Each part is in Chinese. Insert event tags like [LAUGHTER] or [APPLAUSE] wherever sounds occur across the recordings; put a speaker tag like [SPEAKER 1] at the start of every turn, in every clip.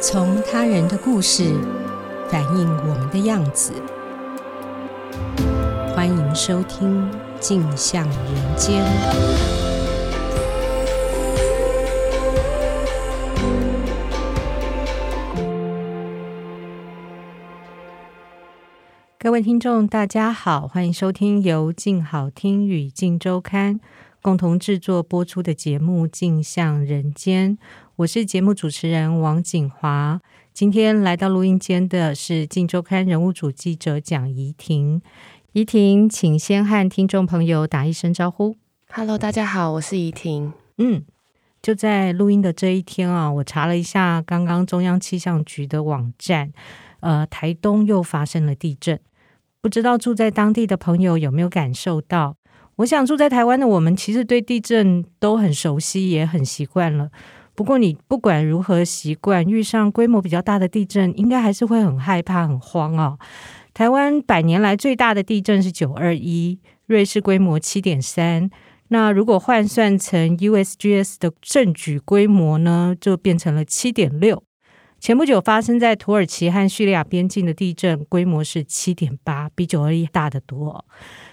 [SPEAKER 1] 从他人的故事反映我们的样子。欢迎收听《镜像人间》。各位听众，大家好，欢迎收听由静好听与静周刊共同制作播出的节目《镜像人间》，我是节目主持人王景华。今天来到录音间的是静周刊人物组记者蒋怡婷。怡婷，请先和听众朋友打一声招呼。
[SPEAKER 2] Hello，大家好，我是怡婷。
[SPEAKER 1] 嗯，就在录音的这一天啊，我查了一下刚刚中央气象局的网站，呃，台东又发生了地震。不知道住在当地的朋友有没有感受到？我想住在台湾的我们，其实对地震都很熟悉，也很习惯了。不过你不管如何习惯，遇上规模比较大的地震，应该还是会很害怕、很慌哦。台湾百年来最大的地震是九二一，瑞士规模七点三。那如果换算成 USGS 的震举规模呢，就变成了七点六。前不久发生在土耳其和叙利亚边境的地震，规模是七点八，比九二一大得多哦。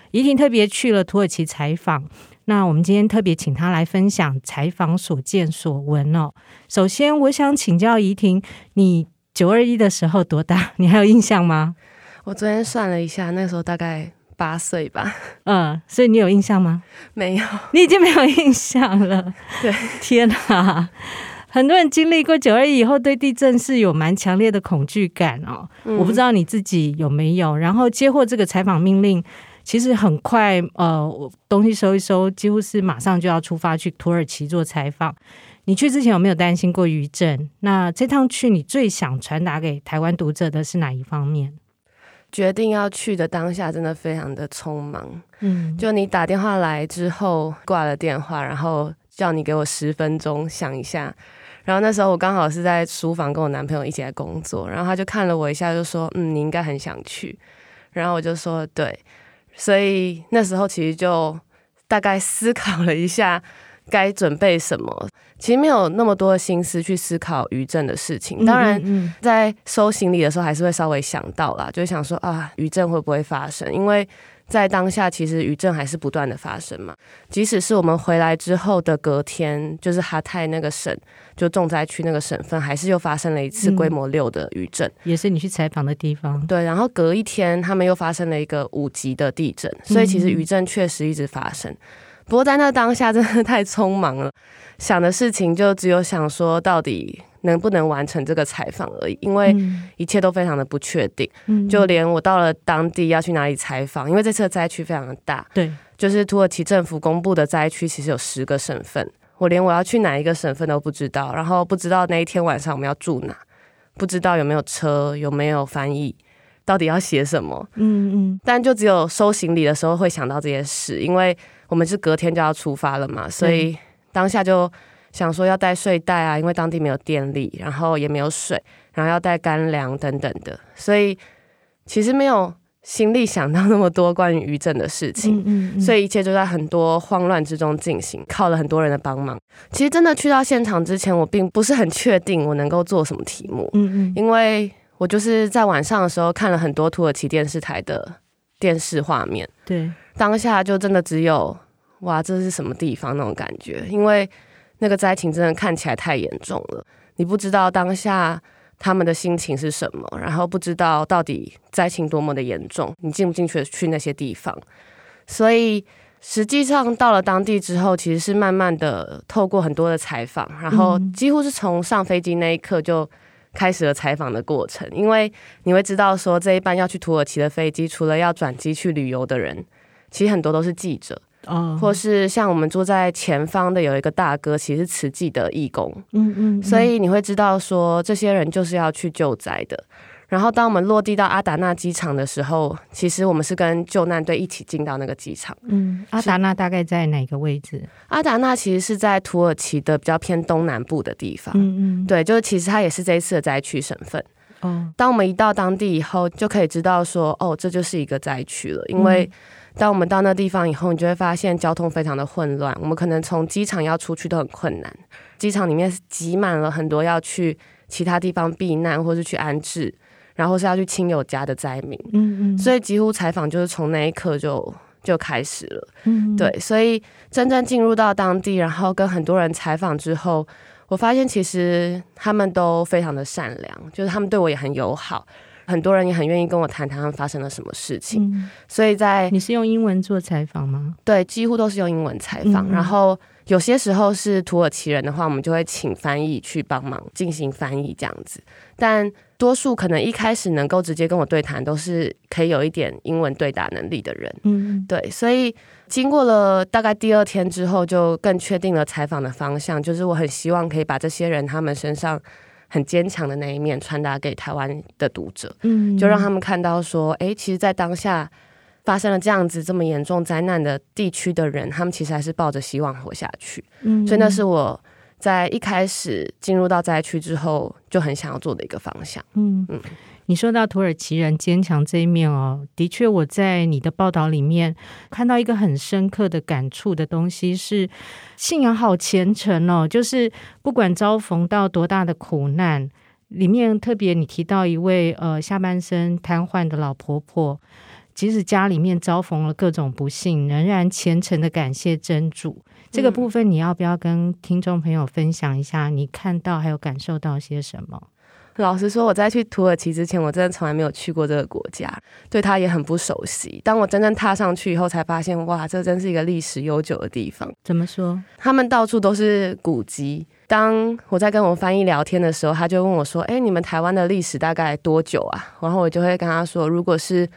[SPEAKER 1] 怡婷特别去了土耳其采访，那我们今天特别请她来分享采访所见所闻哦。首先，我想请教怡婷，你九二一的时候多大？ [LAUGHS] 你还有印象吗？
[SPEAKER 2] 我昨天算了一下，那时候大概八岁吧， [LAUGHS]
[SPEAKER 1] 嗯，所以你有印象吗？
[SPEAKER 2] 没有。
[SPEAKER 1] 你已经没有印象了。
[SPEAKER 2] [LAUGHS] 对，
[SPEAKER 1] 天哪！很多人经历过九二以后，对地震是有蛮强烈的恐惧感哦。
[SPEAKER 2] 嗯
[SPEAKER 1] 我不知道你自己有没有。然后接获这个采访命令，其实很快，呃，我东西收一收，几乎是马上就要出发去土耳其做采访。你去之前有没有担心过余震？那这趟去，你最想传达给台湾读者的是哪一方面？
[SPEAKER 2] 决定要去的当下，真的非常的匆忙。
[SPEAKER 1] 嗯，
[SPEAKER 2] 就你打电话来之后，挂了电话，然后叫你给我十分钟想一下。然后那时候我刚好是在书房跟我男朋友一起来工作，然后他就看了我一下，就说：“嗯，你应该很想去。”然后我就说：“对。”所以那时候其实就大概思考了一下该准备什么，其实没有那么多的心思去思考余震的事情。当然，
[SPEAKER 1] 嗯，
[SPEAKER 2] 在收行李的时候，还是会稍微想到啦，就会想说啊，余震会不会发生？因为在当下，其实余震还是不断的发生嘛。即使是我们回来之后的隔天，就是哈泰那个省，就重灾区那个省份，还是又发生了一次
[SPEAKER 1] 嗯
[SPEAKER 2] 规模六的余震。
[SPEAKER 1] 也是你去采访的地方。
[SPEAKER 2] 对，然后隔一天，他们又发生了一个五级的地震，所以其实
[SPEAKER 1] 嗯
[SPEAKER 2] 余震确实一直发生。不过在那当下真的太匆忙了，想的事情就只有想说到底能不能完成这个采访而已，因为
[SPEAKER 1] 嗯，
[SPEAKER 2] 一切都非常的不确定，
[SPEAKER 1] 嗯
[SPEAKER 2] 就连我到了当地要去哪里采访，因为这次的灾区非常的大，
[SPEAKER 1] 对，
[SPEAKER 2] 就是土耳其政府公布的灾区其实有十个省份，我连我要去哪一个省份都不知道，然后不知道那一天晚上我们要住哪，不知道有没有车，有没有翻译，到底要写什么，
[SPEAKER 1] 嗯嗯。
[SPEAKER 2] 但就只有收行李的时候会想到这些事，因为我们是隔天就要出发了嘛，所
[SPEAKER 1] 嗯
[SPEAKER 2] 以当下就想说要带睡袋啊，因为当地没有电力，然后也没有水，然后要带干粮等等的，所以其实没有心力想到那么多关于余震的事情。
[SPEAKER 1] 嗯
[SPEAKER 2] 所
[SPEAKER 1] 以
[SPEAKER 2] 以一切就在很多慌乱之中进行，靠了很多人的帮忙。其实真的去到现场之前，我并不是很确定我能够做什么题目，
[SPEAKER 1] 嗯嗯
[SPEAKER 2] 因为我就是在晚上的时候看了很多土耳其电视台的电视画面，
[SPEAKER 1] 对，
[SPEAKER 2] 当下就真的只有哇，这是什么地方那种感觉，因为那个灾情真的看起来太严重了，你不知道当下。他们的心情是什么？然后不知道到底灾情多么的严重，你进不进去去那些地方？所以实际上到了当地之后，其实是慢慢的透过很多的采访，然后
[SPEAKER 1] 嗯
[SPEAKER 2] 几乎是从上飞机那一刻就开始了采访的过程，因为你会知道说这一班要去土耳其的飞机，除了要转机去旅游的人，其实很多都是记者，
[SPEAKER 1] 哦，
[SPEAKER 2] 或是像我们坐在前方的有一个大哥，其实是慈济的义工，
[SPEAKER 1] 嗯嗯，
[SPEAKER 2] 所以你会知道说，这些人就是要去救灾的。然后，当我们落地到阿达纳机场的时候，其实我们是跟救难队一起进到那个机场。
[SPEAKER 1] 嗯，阿达那大概在哪个位置？
[SPEAKER 2] 阿达纳其实是在土耳其的比较偏东南部的地方，
[SPEAKER 1] 嗯嗯，
[SPEAKER 2] 对，就是其实它也是这一次的灾区省份。
[SPEAKER 1] 哦，
[SPEAKER 2] 当我们一到当地以后，就可以知道说，哦，这就是一个灾区了。因为当我们到那地方以后，你就会发现交通非常的混乱，我们可能从机场要出去都很困难，机场里面挤满了很多要去其他地方避难，或是去安置，然后是要去亲友家的灾民。
[SPEAKER 1] 嗯嗯，
[SPEAKER 2] 所以几乎采访就是从那一刻就就开始了。
[SPEAKER 1] 嗯，
[SPEAKER 2] 对，所以真正进入到当地，然后跟很多人采访之后，我发现其实他们都非常的善良，就是他们对我也很友好，很多人也很愿意跟我谈谈他们发生了什么事情。
[SPEAKER 1] 嗯，
[SPEAKER 2] 所以在
[SPEAKER 1] 你是用英文做采访吗？
[SPEAKER 2] 对几乎都是用英文采访，
[SPEAKER 1] 嗯嗯
[SPEAKER 2] 然后。有些时候是土耳其人的话，我们就会请翻译去帮忙进行翻译这样子。但多数可能一开始能够直接跟我对谈，都是可以有一点英文对答能力的人。
[SPEAKER 1] 嗯，
[SPEAKER 2] 对，所以经过了大概第二天之后，就更确定了采访的方向，就是我很希望可以把这些人他们身上很坚强的那一面传达给台湾的读者，
[SPEAKER 1] 嗯，
[SPEAKER 2] 就让他们看到说，诶，其实，在当下发生了这样子这么严重灾难的地区的人，他们其实还是抱着希望活下去。
[SPEAKER 1] 嗯，
[SPEAKER 2] 所以那是我在一开始进入到灾区之后就很想要做的一个方向。
[SPEAKER 1] 嗯
[SPEAKER 2] 嗯，
[SPEAKER 1] 你说到土耳其人坚强这一面哦，的确，我在你的报道里面看到一个很深刻的感触的东西是，信仰好虔诚哦，就是不管遭逢到多大的苦难，里面特别你提到一位呃下半身瘫痪的老婆婆，即使家里面遭逢了各种不幸，仍然虔诚的感谢真主。这个
[SPEAKER 2] 嗯
[SPEAKER 1] 部分你要不要跟听众朋友分享一下？你看到还有感受到些什么？
[SPEAKER 2] 老实说，我在去土耳其之前，我真的从来没有去过这个国家，对它也很不熟悉。当我真正踏上去以后，才发现，哇，这真是一个历史悠久的地方。
[SPEAKER 1] 怎么说？
[SPEAKER 2] 他们到处都是古迹。当我在跟我翻译聊天的时候，他就问我说：“哎、你们台湾的历史大概多久啊？”然后我就会跟他说：“如果是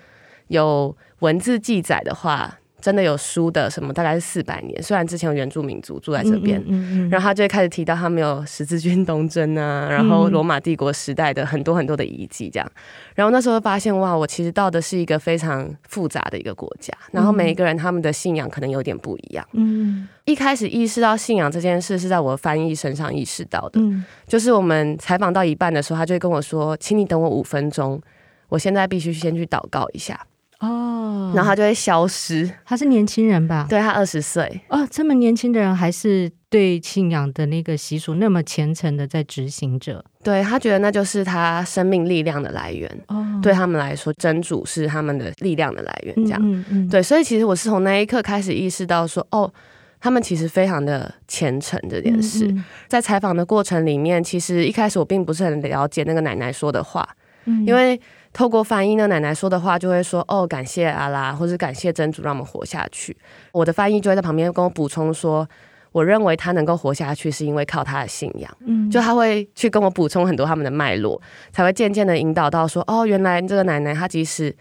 [SPEAKER 2] 有文字记载的话，真的有书的什么，大概是四百年。虽然之前有原住民族住在这边，
[SPEAKER 1] 嗯嗯嗯嗯
[SPEAKER 2] 然后他就会开始提到他们有十字军东征啊，然后
[SPEAKER 1] 嗯
[SPEAKER 2] 罗马帝国时代的很多很多的遗迹这样。然后那时候发现，哇，我其实到的是一个非常复杂的一个国家，然后每一个人他们的信仰可能有点不一样。
[SPEAKER 1] 嗯
[SPEAKER 2] 一开始意识到信仰这件事是在我翻译身上意识到的，
[SPEAKER 1] 嗯
[SPEAKER 2] 就是我们采访到一半的时候，他就会跟我说：“请你等我五分钟，我现在必须先去祷告一下。
[SPEAKER 1] 哦，
[SPEAKER 2] 然后他就会消失。
[SPEAKER 1] 他是年轻人吧？
[SPEAKER 2] 对他二十岁，
[SPEAKER 1] 哦，这么年轻的人还是对信仰的那个习俗那么虔诚的在执行着
[SPEAKER 2] 对他觉得那就是他生命力量的来源。
[SPEAKER 1] 哦，
[SPEAKER 2] 对他们来说，真主是他们的力量的来源，
[SPEAKER 1] 嗯，
[SPEAKER 2] 这样、
[SPEAKER 1] 嗯嗯，
[SPEAKER 2] 对。所以其实我是从那一刻开始意识到说，哦，他们其实非常的虔诚这件
[SPEAKER 1] 嗯
[SPEAKER 2] 事。
[SPEAKER 1] 嗯
[SPEAKER 2] 在采访的过程里面，其实一开始我并不是很了解那个奶奶说的话，
[SPEAKER 1] 嗯
[SPEAKER 2] 因为透过翻译，那奶奶说的话就会说，哦，感谢阿拉，或是感谢真主让我们活下去。我的翻译就会在旁边跟我补充说。我认为他能够活下去，是因为靠他的信仰。
[SPEAKER 1] 嗯
[SPEAKER 2] 就他会去跟我补充很多他们的脉络，才会渐渐的引导到说，哦，原来这个奶奶她即使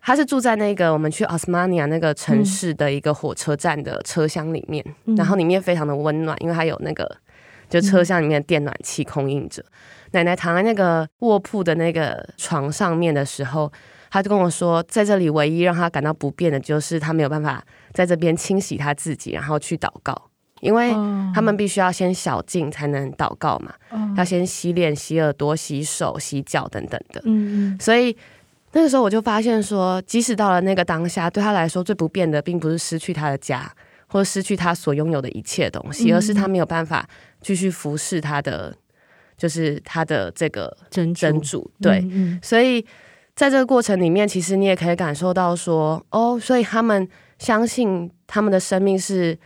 [SPEAKER 2] 她是住在那个我们去奥斯曼尼亚那个城市的一个火车站的车厢里面，
[SPEAKER 1] 嗯
[SPEAKER 2] 然后里面非常的温暖，因为它有那个就车厢里面的电暖气供应着。奶奶躺在那个卧铺的那个床上面的时候，她就跟我说，在这里唯一让她感到不便的就是她没有办法在这边清洗她自己，然后去祷告，因为
[SPEAKER 1] 哦
[SPEAKER 2] 他们必须要先小净才能祷告嘛，
[SPEAKER 1] 哦
[SPEAKER 2] 要先洗脸、洗耳朵、洗手、洗脚等等的。
[SPEAKER 1] 嗯嗯
[SPEAKER 2] 所以那个时候我就发现说，即使到了那个当下，对他来说最不变的，并不是失去他的家，或者失去他所拥有的一切东西，
[SPEAKER 1] 嗯
[SPEAKER 2] 而是他没有办法继续服侍他的，就是他的这个
[SPEAKER 1] 真
[SPEAKER 2] 真
[SPEAKER 1] 主
[SPEAKER 2] 主。对，
[SPEAKER 1] 嗯
[SPEAKER 2] 所以在这个过程里面，其实你也可以感受到说，哦，所以他们相信他们的生命是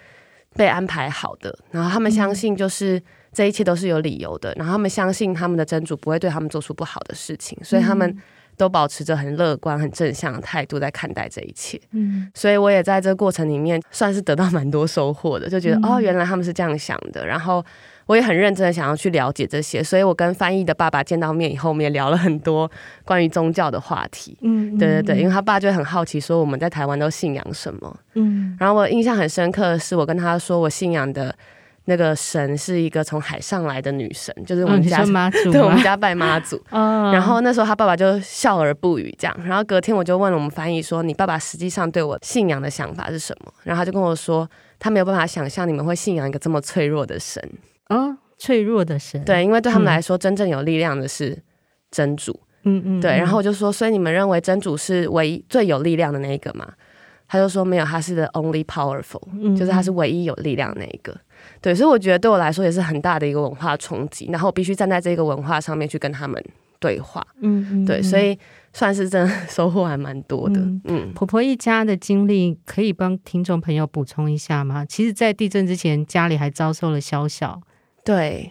[SPEAKER 2] 被安排好的，然后他们相信就是这一切都是有理由的，然后他们相信他们的真主不会对他们做出不好的事情，所以他
[SPEAKER 1] 嗯
[SPEAKER 2] 们都保持着很乐观、很正向的态度在看待这一切。
[SPEAKER 1] 嗯
[SPEAKER 2] 所以我也在这个过程里面算是得到蛮多收获的，就觉得、
[SPEAKER 1] 嗯
[SPEAKER 2] 哦，原来他们是这样想的。然后我也很认真的想要去了解这些，所以我跟翻译的爸爸见到面以后，我们也聊了很多关于宗教的话题。
[SPEAKER 1] 嗯，嗯
[SPEAKER 2] 对对对，因
[SPEAKER 1] 嗯
[SPEAKER 2] 为他爸就很好奇说我们在台湾都信仰什么。
[SPEAKER 1] 嗯
[SPEAKER 2] 然后我印象很深刻的是，我跟他说我信仰的那个神是一个从海上来的女神，就是我
[SPEAKER 1] 哦
[SPEAKER 2] 们
[SPEAKER 1] 你
[SPEAKER 2] 家、
[SPEAKER 1] 说妈祖
[SPEAKER 2] 对我们
[SPEAKER 1] 吗
[SPEAKER 2] 家拜妈祖。
[SPEAKER 1] 哦，
[SPEAKER 2] 然后那时候他爸爸就笑而不语，这样。然后隔天我就问了我们翻译说：“你爸爸实际上对我信仰的想法是什么？”然后他就跟我说，他没有办法想象你们会信仰一个这么脆弱的神。
[SPEAKER 1] 哦脆弱的神，
[SPEAKER 2] 对，因为对他们
[SPEAKER 1] 嗯
[SPEAKER 2] 来说，真正有力量的是真主。
[SPEAKER 1] 嗯嗯
[SPEAKER 2] 对，
[SPEAKER 1] 嗯
[SPEAKER 2] 然后我就说，所以你们认为真主是唯一最有力量的那一个吗？他就说没有，他是 the only powerful，
[SPEAKER 1] 嗯
[SPEAKER 2] 就是他是唯一有力量的那一个。对，所以我觉得对我来说也是很大的一个文化冲击，然后我必须站在这个文化上面去跟他们对话，
[SPEAKER 1] 嗯
[SPEAKER 2] 对，所以算是真的收获还蛮多的
[SPEAKER 1] 嗯，
[SPEAKER 2] 嗯。
[SPEAKER 1] 婆婆一家的经历可以帮听众朋友补充一下吗？其实，在地震之前，家里还遭受了宵小。
[SPEAKER 2] 对，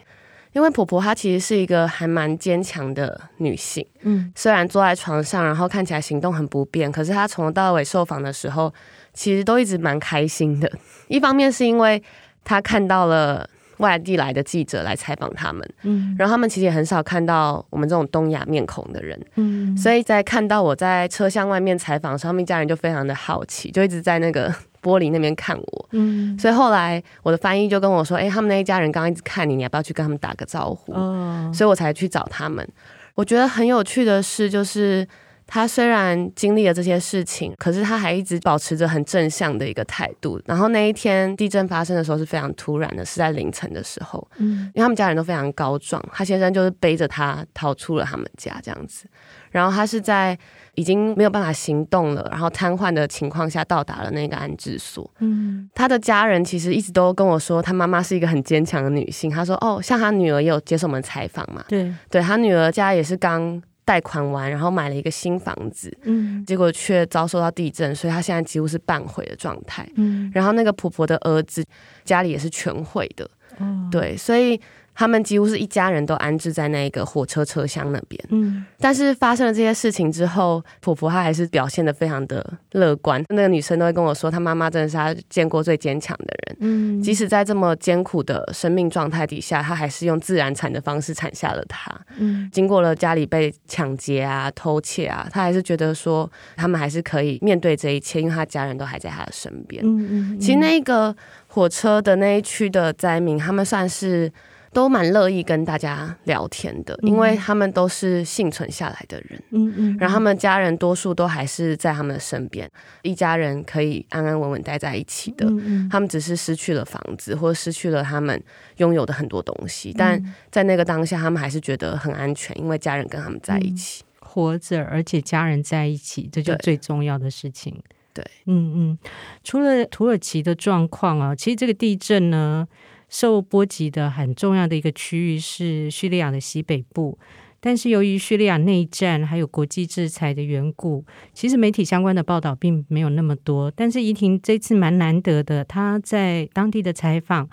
[SPEAKER 2] 因为婆婆她其实是一个还蛮坚强的女性，
[SPEAKER 1] 嗯
[SPEAKER 2] 虽然坐在床上，然后看起来行动很不便，可是她从头到尾受访的时候，其实都一直蛮开心的。 [LAUGHS] 一方面是因为她看到了。外地来的记者来采访他们，
[SPEAKER 1] 嗯
[SPEAKER 2] 然后他们其实也很少看到我们这种东亚面孔的人，
[SPEAKER 1] 嗯
[SPEAKER 2] 所以在看到我在车厢外面采访上面，家人就非常的好奇，就一直在那个玻璃那边看我。
[SPEAKER 1] 嗯，
[SPEAKER 2] 所以后来我的翻译就跟我说：“哎、他们那一家人刚刚一直看你，你要不要去跟他们打个招呼？”
[SPEAKER 1] 哦，
[SPEAKER 2] 所以我才去找他们。我觉得很有趣的是，就是他虽然经历了这些事情，可是他还一直保持着很正向的一个态度。然后那一天地震发生的时候是非常突然的，是在凌晨的时候，
[SPEAKER 1] 嗯
[SPEAKER 2] 因为他们家人都非常高壮，他先生就是背着他逃出了他们家这样子。然后他是在已经没有办法行动了，然后瘫痪的情况下到达了那个安置所。
[SPEAKER 1] 嗯
[SPEAKER 2] 她的家人其实一直都跟我说，她妈妈是一个很坚强的女性。她说：“哦，像她女儿也有接受我们采访嘛，
[SPEAKER 1] 对，
[SPEAKER 2] 对她女儿家也是刚贷款完，然后买了一个新房子，
[SPEAKER 1] 嗯
[SPEAKER 2] 结果却遭受到地震，所以她现在几乎是半毁的状态。
[SPEAKER 1] 嗯
[SPEAKER 2] 然后那个婆婆的儿子家里也是全毁的，
[SPEAKER 1] 哦，
[SPEAKER 2] 对，所以他们几乎是一家人都安置在那个火车车厢那边。”
[SPEAKER 1] 嗯
[SPEAKER 2] 但是发生了这些事情之后，婆婆她还是表现得非常的乐观。那个女生都会跟我说，她妈妈真的是她见过最坚强的人。
[SPEAKER 1] 嗯，
[SPEAKER 2] 即使在这么艰苦的生命状态底下，她还是用自然产的方式产下了她。
[SPEAKER 1] 嗯
[SPEAKER 2] 经过了家里被抢劫啊、偷窃啊，她还是觉得说他们还是可以面对这一切，因为她家人都还在她的身边。
[SPEAKER 1] 嗯嗯，
[SPEAKER 2] 其实那个火车的那一区的灾民，他们算是都蛮乐意跟大家聊天的，
[SPEAKER 1] 嗯
[SPEAKER 2] 因为他们都是幸存下来的人，
[SPEAKER 1] 嗯嗯，
[SPEAKER 2] 然后他们家人多数都还是在他们的身边，一家人可以安安稳稳待在一起的。
[SPEAKER 1] 嗯嗯，
[SPEAKER 2] 他们只是失去了房子，或者失去了他们拥有的很多东西，但在那个当下，他们还是觉得很安全，因为家人跟他们在一起。
[SPEAKER 1] 活着，而且家人在一起，这就
[SPEAKER 2] 对
[SPEAKER 1] 最重要的事情。
[SPEAKER 2] 对，
[SPEAKER 1] 嗯嗯，除了土耳其的状况啊，其实这个地震呢，受波及的很重要的一个区域是叙利亚的西北部。但是由于叙利亚内战还有国际制裁的缘故，其实媒体相关的报道并没有那么多。但是怡婷这次蛮难得的，她在当地的采访，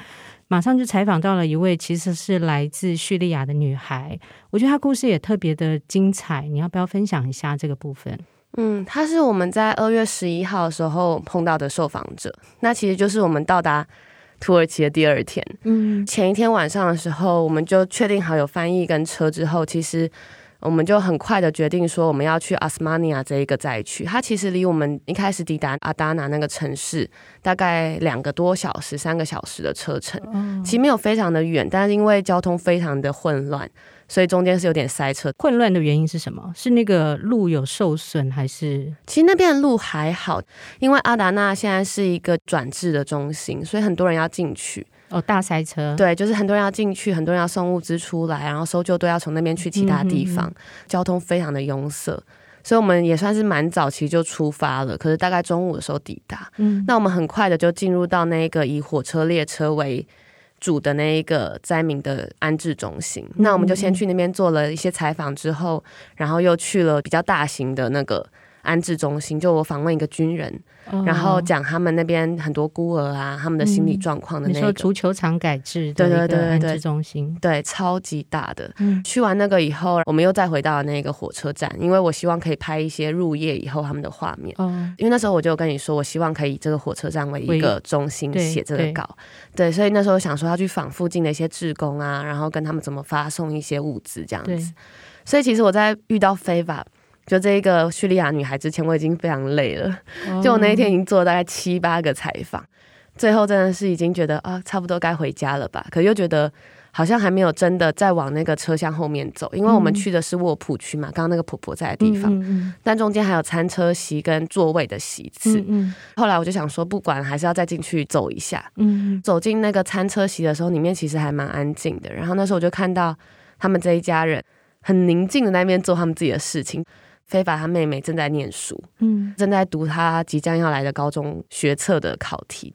[SPEAKER 1] 马上就采访到了一位其实是来自叙利亚的女孩，我觉得他故事也特别的精彩，你要不要分享一下这个部分？
[SPEAKER 2] 嗯，他是我们在二月十一号的时候碰到的受访者，那其实就是我们到达土耳其的第二天。
[SPEAKER 1] 嗯
[SPEAKER 2] 前一天晚上的时候，我们就确定好有翻译跟车之后，其实我们就很快的决定说我们要去阿斯曼尼亚这一个灾区。它其实离我们一开始抵达阿达纳那个城市大概两个多小时、三个小时的车程，其实没有非常的远，但是因为交通非常的混乱，所以中间是有点塞车。
[SPEAKER 1] 混乱的原因是什么？是那个路有受损，还是
[SPEAKER 2] 其实那边的路还好，因为阿达纳现在是一个转制的中心，所以很多人要进去。
[SPEAKER 1] 哦大塞车？，
[SPEAKER 2] 对，就是很多人要进去，很多人要送物资出来，然后搜救队要从那边去其他地方，
[SPEAKER 1] 嗯
[SPEAKER 2] 交通非常的拥塞，所以我们也算是蛮早期就出发了，可是大概中午的时候抵达。
[SPEAKER 1] 嗯，
[SPEAKER 2] 那我们很快的就进入到那个以火车列车为主的那一个灾民的安置中心。那我
[SPEAKER 1] 嗯
[SPEAKER 2] 们就先去那边做了一些采访之后，然后又去了比较大型的那个安置中心，就我访问一个军人，
[SPEAKER 1] 哦
[SPEAKER 2] 然后讲他们那边很多孤儿啊，他们的心理
[SPEAKER 1] 嗯
[SPEAKER 2] 状况的
[SPEAKER 1] 你
[SPEAKER 2] 那个。
[SPEAKER 1] 说足球场改制的
[SPEAKER 2] 对
[SPEAKER 1] 一
[SPEAKER 2] 对
[SPEAKER 1] 个
[SPEAKER 2] 对对
[SPEAKER 1] 安
[SPEAKER 2] 对
[SPEAKER 1] 置中心，
[SPEAKER 2] 对，超级大的。
[SPEAKER 1] 嗯
[SPEAKER 2] 去完那个以后，我们又再回到那个火车站，因为我希望可以拍一些入夜以后他们的画面。
[SPEAKER 1] 哦，
[SPEAKER 2] 因为那时候我就有跟你说，我希望可以以这个火车站为一个中心
[SPEAKER 1] 为
[SPEAKER 2] 写这
[SPEAKER 1] 对
[SPEAKER 2] 个稿，对，所以那时候想说要去访附近的一些志工啊，然后跟他们怎么发送一些物资这样
[SPEAKER 1] 对
[SPEAKER 2] 子。所以其实我在遇到非法就这一个叙利亚女孩之前，我已经非常累了，
[SPEAKER 1] 哦
[SPEAKER 2] 就我那一天已经做了大概七八个采访，最后真的是已经觉得啊，差不多该回家了吧，可又觉得。好像还没有真的再往那个车厢后面走，因为我们
[SPEAKER 1] 嗯
[SPEAKER 2] 去的是卧铺区嘛，刚刚那个婆婆在的
[SPEAKER 1] 嗯
[SPEAKER 2] 地方，
[SPEAKER 1] 嗯
[SPEAKER 2] 但中间还有餐车席跟座位的席次。
[SPEAKER 1] 嗯嗯
[SPEAKER 2] 后来我就想说，不管还是要再进去走一下。
[SPEAKER 1] 嗯
[SPEAKER 2] 走进那个餐车席的时候，里面其实还蛮安静的。然后那时候我就看到他们这一家人很宁静的在那边做他们自己的事情。非法他妹妹正在念书，
[SPEAKER 1] 嗯
[SPEAKER 2] 正在读她即将要来的高中学测的考题。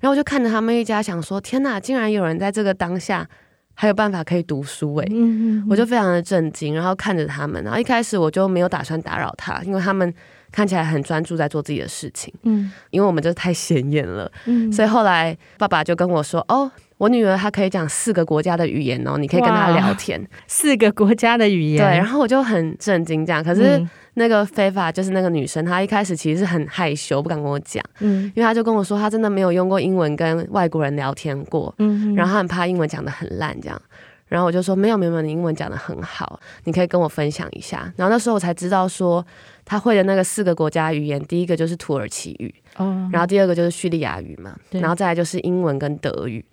[SPEAKER 2] 然后我就看着他们一家，想说天哪，竟然有人在这个当下还有办法可以读书诶、
[SPEAKER 1] 嗯
[SPEAKER 2] 我就非常的震惊，然后看着他们，然后一开始我就没有打算打扰他，因为他们看起来很专注在做自己的事情，
[SPEAKER 1] 嗯
[SPEAKER 2] 因为我们就是太显眼了，
[SPEAKER 1] 嗯
[SPEAKER 2] 所以后来爸爸就跟我说：“哦，我女儿她可以讲四个国家的语言哦，你可以跟她
[SPEAKER 1] 哇
[SPEAKER 2] 聊天。
[SPEAKER 1] 四个国家的语”
[SPEAKER 2] 对，
[SPEAKER 1] 言，
[SPEAKER 2] 然后我就很震惊这样。可是
[SPEAKER 1] 嗯
[SPEAKER 2] 那个非法就是那个女生，她一开始其实是很害羞，不敢跟我讲，
[SPEAKER 1] 嗯
[SPEAKER 2] 因为她就跟我说她真的没有用过英文跟外国人聊天过，
[SPEAKER 1] 嗯，
[SPEAKER 2] 然后她很怕英文讲的很烂这样。然后我就说没有没有，没有你英文讲的很好，你可以跟我分享一下。然后那时候我才知道说，她会的那个四个国家语言，第一个就是土耳其语，
[SPEAKER 1] 哦，
[SPEAKER 2] 然后第二个就是叙利亚语嘛，
[SPEAKER 1] 对
[SPEAKER 2] 然后再来就是英文跟德语，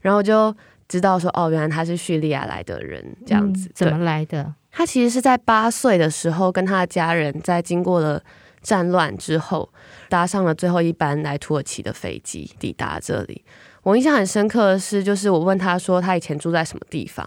[SPEAKER 2] 然后就知道说哦，原来他是叙利亚来的人这样子。
[SPEAKER 1] 嗯怎么
[SPEAKER 2] 对，
[SPEAKER 1] 来的？
[SPEAKER 2] 他其实是在八岁的时候跟他的家人在经过了战乱之后，搭上了最后一班来土耳其的飞机抵达这里。我印象很深刻的是，就是我问他说他以前住在什么地方，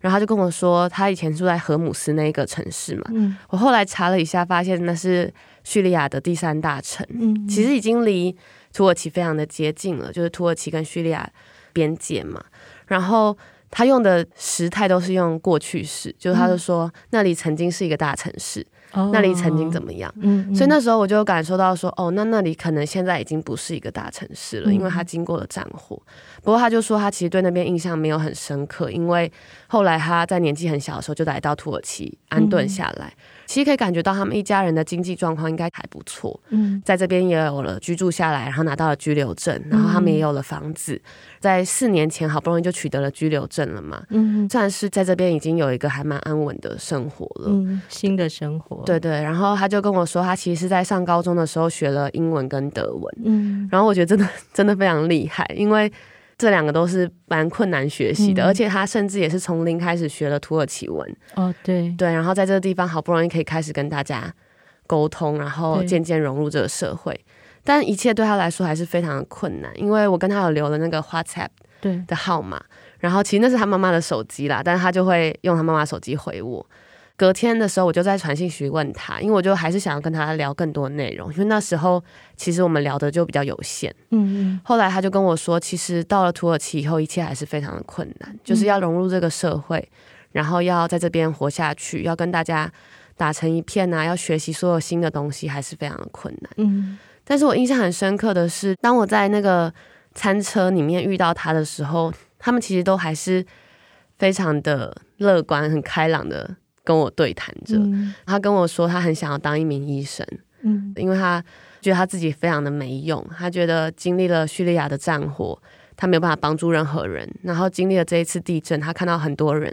[SPEAKER 2] 然后他就跟我说他以前住在荷姆斯那一个城市嘛。
[SPEAKER 1] 嗯
[SPEAKER 2] 我后来查了一下，发现那是叙利亚的第三大城。
[SPEAKER 1] 嗯
[SPEAKER 2] 其实已经离土耳其非常的接近了，就是土耳其跟叙利亚边界嘛。然后他用的时态都是用过去式，就是
[SPEAKER 1] 嗯
[SPEAKER 2] 他就说、那里曾经是一个大城市，那里曾经怎
[SPEAKER 1] 么？
[SPEAKER 2] 么样。
[SPEAKER 1] 哦嗯，嗯
[SPEAKER 2] 所以那时候我就感受到说，哦，那那里可能现在已经不是一个大城市了，
[SPEAKER 1] 嗯
[SPEAKER 2] 因为他经过了战火。不过他就说他其实对那边印象没有很深刻，因为后来他在年纪很小的时候就来到土耳其安
[SPEAKER 1] 嗯
[SPEAKER 2] 顿下来。其实可以感觉到他们一家人的经济状况应该还不错，
[SPEAKER 1] 嗯
[SPEAKER 2] 在这边也有了居住下来，然后拿到了居留证，然后他们也有了房子，在四年前好不容易就取得了居留证了嘛，
[SPEAKER 1] 嗯
[SPEAKER 2] 算是在这边已经有一个还蛮安稳的生活了。
[SPEAKER 1] 嗯，新的生活，
[SPEAKER 2] 对，对，然后他就跟我说，他其实是在上高中的时候学了英文跟德文，
[SPEAKER 1] 嗯
[SPEAKER 2] 然后我觉得真的 [LAUGHS] 真的非常厉害，因为这两个都是蛮困难学习的，
[SPEAKER 1] 嗯
[SPEAKER 2] 而且他甚至也是从零开始学了土耳其文，
[SPEAKER 1] 哦对，
[SPEAKER 2] 对，然后在这个地方好不容易可以开始跟大家沟通，然后
[SPEAKER 1] 对
[SPEAKER 2] 渐渐融入这个社会，但一切对他来说还是非常的困难，因为我跟他有留了那个 WhatsApp
[SPEAKER 1] 对，
[SPEAKER 2] 的号码，然后其实那是他妈妈的手机啦，但是他就会用他妈妈手机回我。隔天的时候，我就在传信息问他，因为我就还是想要跟他聊更多内容，因为那时候其实我们聊的就比较有限。
[SPEAKER 1] 嗯嗯
[SPEAKER 2] 后来他就跟我说，其实到了土耳其以后，一切还是非常的困难，就是要融入这个社会，然后要在这边活下去，要跟大家打成一片啊，要学习所有新的东西，还是非常的困难。
[SPEAKER 1] 嗯，
[SPEAKER 2] 但是我印象很深刻的是，当我在那个餐车里面遇到他的时候，他们其实都还是非常的乐观、很开朗的跟我对谈着。
[SPEAKER 1] 嗯
[SPEAKER 2] 他跟我说，他很想要当一名医生。
[SPEAKER 1] 嗯
[SPEAKER 2] 因为他觉得他自己非常的没用，他觉得经历了叙利亚的战火，他没有办法帮助任何人，然后经历了这一次地震，他看到很多人，